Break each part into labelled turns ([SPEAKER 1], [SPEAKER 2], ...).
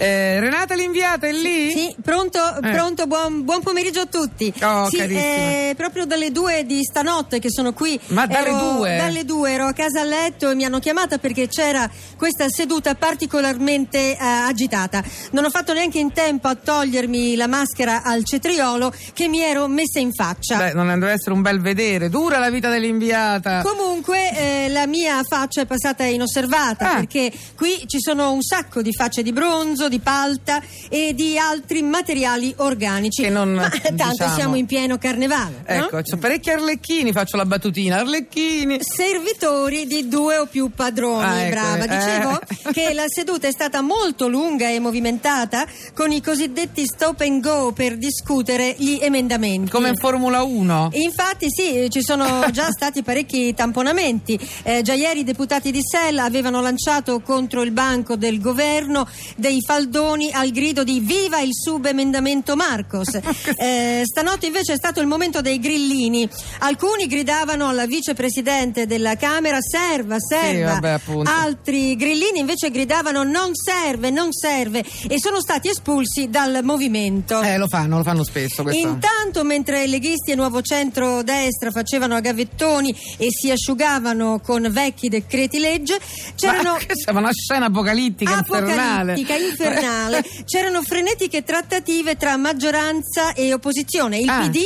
[SPEAKER 1] Eh, Renata l'inviata è lì?
[SPEAKER 2] Sì, pronto, pronto buon, buon pomeriggio a tutti.
[SPEAKER 1] Eh. Oh,
[SPEAKER 2] sì,
[SPEAKER 1] carissima.
[SPEAKER 2] eh, proprio dalle due di stanotte che sono qui.
[SPEAKER 1] Ma dalle
[SPEAKER 2] ero,
[SPEAKER 1] due?
[SPEAKER 2] Dalle due ero a casa a letto e mi hanno chiamata perché c'era questa seduta particolarmente eh, agitata. Non ho fatto neanche in tempo a togliermi la maschera al cetriolo che mi ero messa in faccia.
[SPEAKER 1] Beh, non deve essere un bel vedere. Dura la vita dell'inviata.
[SPEAKER 2] Comunque eh, la mia faccia è passata inosservata
[SPEAKER 1] Ah.
[SPEAKER 2] perché qui ci sono un sacco di facce di bronzo, di palta e di altri materiali organici.
[SPEAKER 1] Che non-
[SPEAKER 2] Ma eh, tanto
[SPEAKER 1] diciamo-
[SPEAKER 2] siamo in pieno carnevale. no?
[SPEAKER 1] Ecco, ci sono parecchi arlecchini, faccio la battutina. Arlecchini.
[SPEAKER 2] Servitori di due o più padroni,
[SPEAKER 1] Ah, ecco,
[SPEAKER 2] brava.
[SPEAKER 1] eh.
[SPEAKER 2] Dicevo che la seduta è stata molto lunga e movimentata con i cosiddetti stop and go per discutere gli emendamenti.
[SPEAKER 1] Come in Formula 1.
[SPEAKER 2] Infatti sì, eh, ci sono già stati parecchi tamponamenti. Eh, già ieri i deputati di Sella avevano lanciato contro il banco del governo dei faldoni al grido di viva il subemendamento Marcos. Eh, stanotte invece è stato il momento dei grillini. Alcuni gridavano alla vicepresidente della Camera serva, serva.
[SPEAKER 1] vabbè, appunto.
[SPEAKER 2] Altri grillini invece gridavano non serve, non serve e sono stati espulsi dal movimento.
[SPEAKER 1] Eh, lo fanno, lo fanno spesso questo.
[SPEAKER 2] Intanto, mentre leghisti e nuovo centro-destra facevano a gavettoni e si asciugavano con vecchi decreti legge, c'erano. Ah,
[SPEAKER 1] Ma che siamo una scena apocalittica, infernale.
[SPEAKER 2] Apocalittica, infernale. C'erano frenetiche trattative tra maggioranza e opposizione. Il
[SPEAKER 1] Ah.
[SPEAKER 2] PD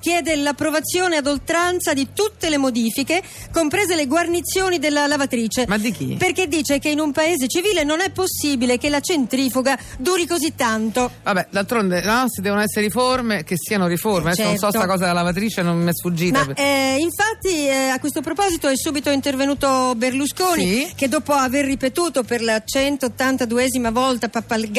[SPEAKER 2] chiede l'approvazione ad oltranza di tutte le modifiche, comprese le guarnizioni della lavatrice.
[SPEAKER 1] Ma di chi?
[SPEAKER 2] Perché dice che in un paese civile non è possibile che la centrifuga duri così tanto.
[SPEAKER 1] Vabbè, d'altronde, no? Se devono essere riforme, che siano riforme. Adesso non so
[SPEAKER 2] Certo.
[SPEAKER 1] sta cosa della lavatrice, non mi è sfuggita.
[SPEAKER 2] Ma eh, infatti eh, a questo proposito è subito intervenuto Berlusconi
[SPEAKER 1] Sì.
[SPEAKER 2] che dopo aver ripetuto per la 182esima volta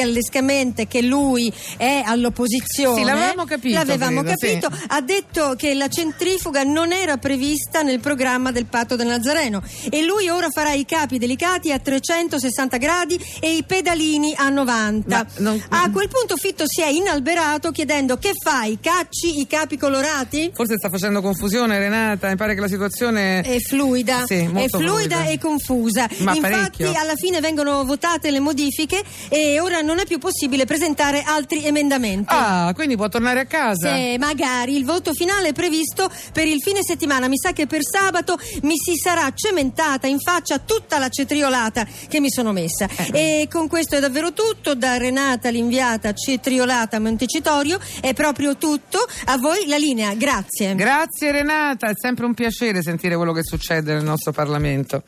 [SPEAKER 2] pappagallescamente che lui è all'opposizione,
[SPEAKER 1] Sì, l'avevamo capito,
[SPEAKER 2] l'avevamo
[SPEAKER 1] credo,
[SPEAKER 2] capito, ha detto che la centrifuga non era prevista nel programma del patto del Nazareno e lui ora farà i capi delicati a 360 gradi e i pedalini a 90.
[SPEAKER 1] Ma non-
[SPEAKER 2] A quel punto Fitto si è inalberato chiedendo che fai, cacci i capi colorati?
[SPEAKER 1] Forse sta facendo confusione, Renata. Mi pare che la situazione.
[SPEAKER 2] È fluida,
[SPEAKER 1] Sì,
[SPEAKER 2] è
[SPEAKER 1] molto
[SPEAKER 2] fluida
[SPEAKER 1] fluida.
[SPEAKER 2] e confusa.
[SPEAKER 1] Ma
[SPEAKER 2] Infatti,
[SPEAKER 1] parecchio.
[SPEAKER 2] alla fine vengono votate le modifiche e ora non è più possibile presentare altri emendamenti.
[SPEAKER 1] Ah, quindi può tornare a casa.
[SPEAKER 2] Se magari il voto finale è previsto per il fine settimana, mi sa che per sabato mi si sarà cementata in faccia tutta la cetriolata che mi sono messa.
[SPEAKER 1] Eh.
[SPEAKER 2] E con questo è davvero tutto. Da Renata, l'inviata cetriolata Montecitorio, è proprio tutto. A voi la linea, grazie.
[SPEAKER 1] Grazie Renata, è sempre un piacere sentire quello che succede nel nostro Parlamento.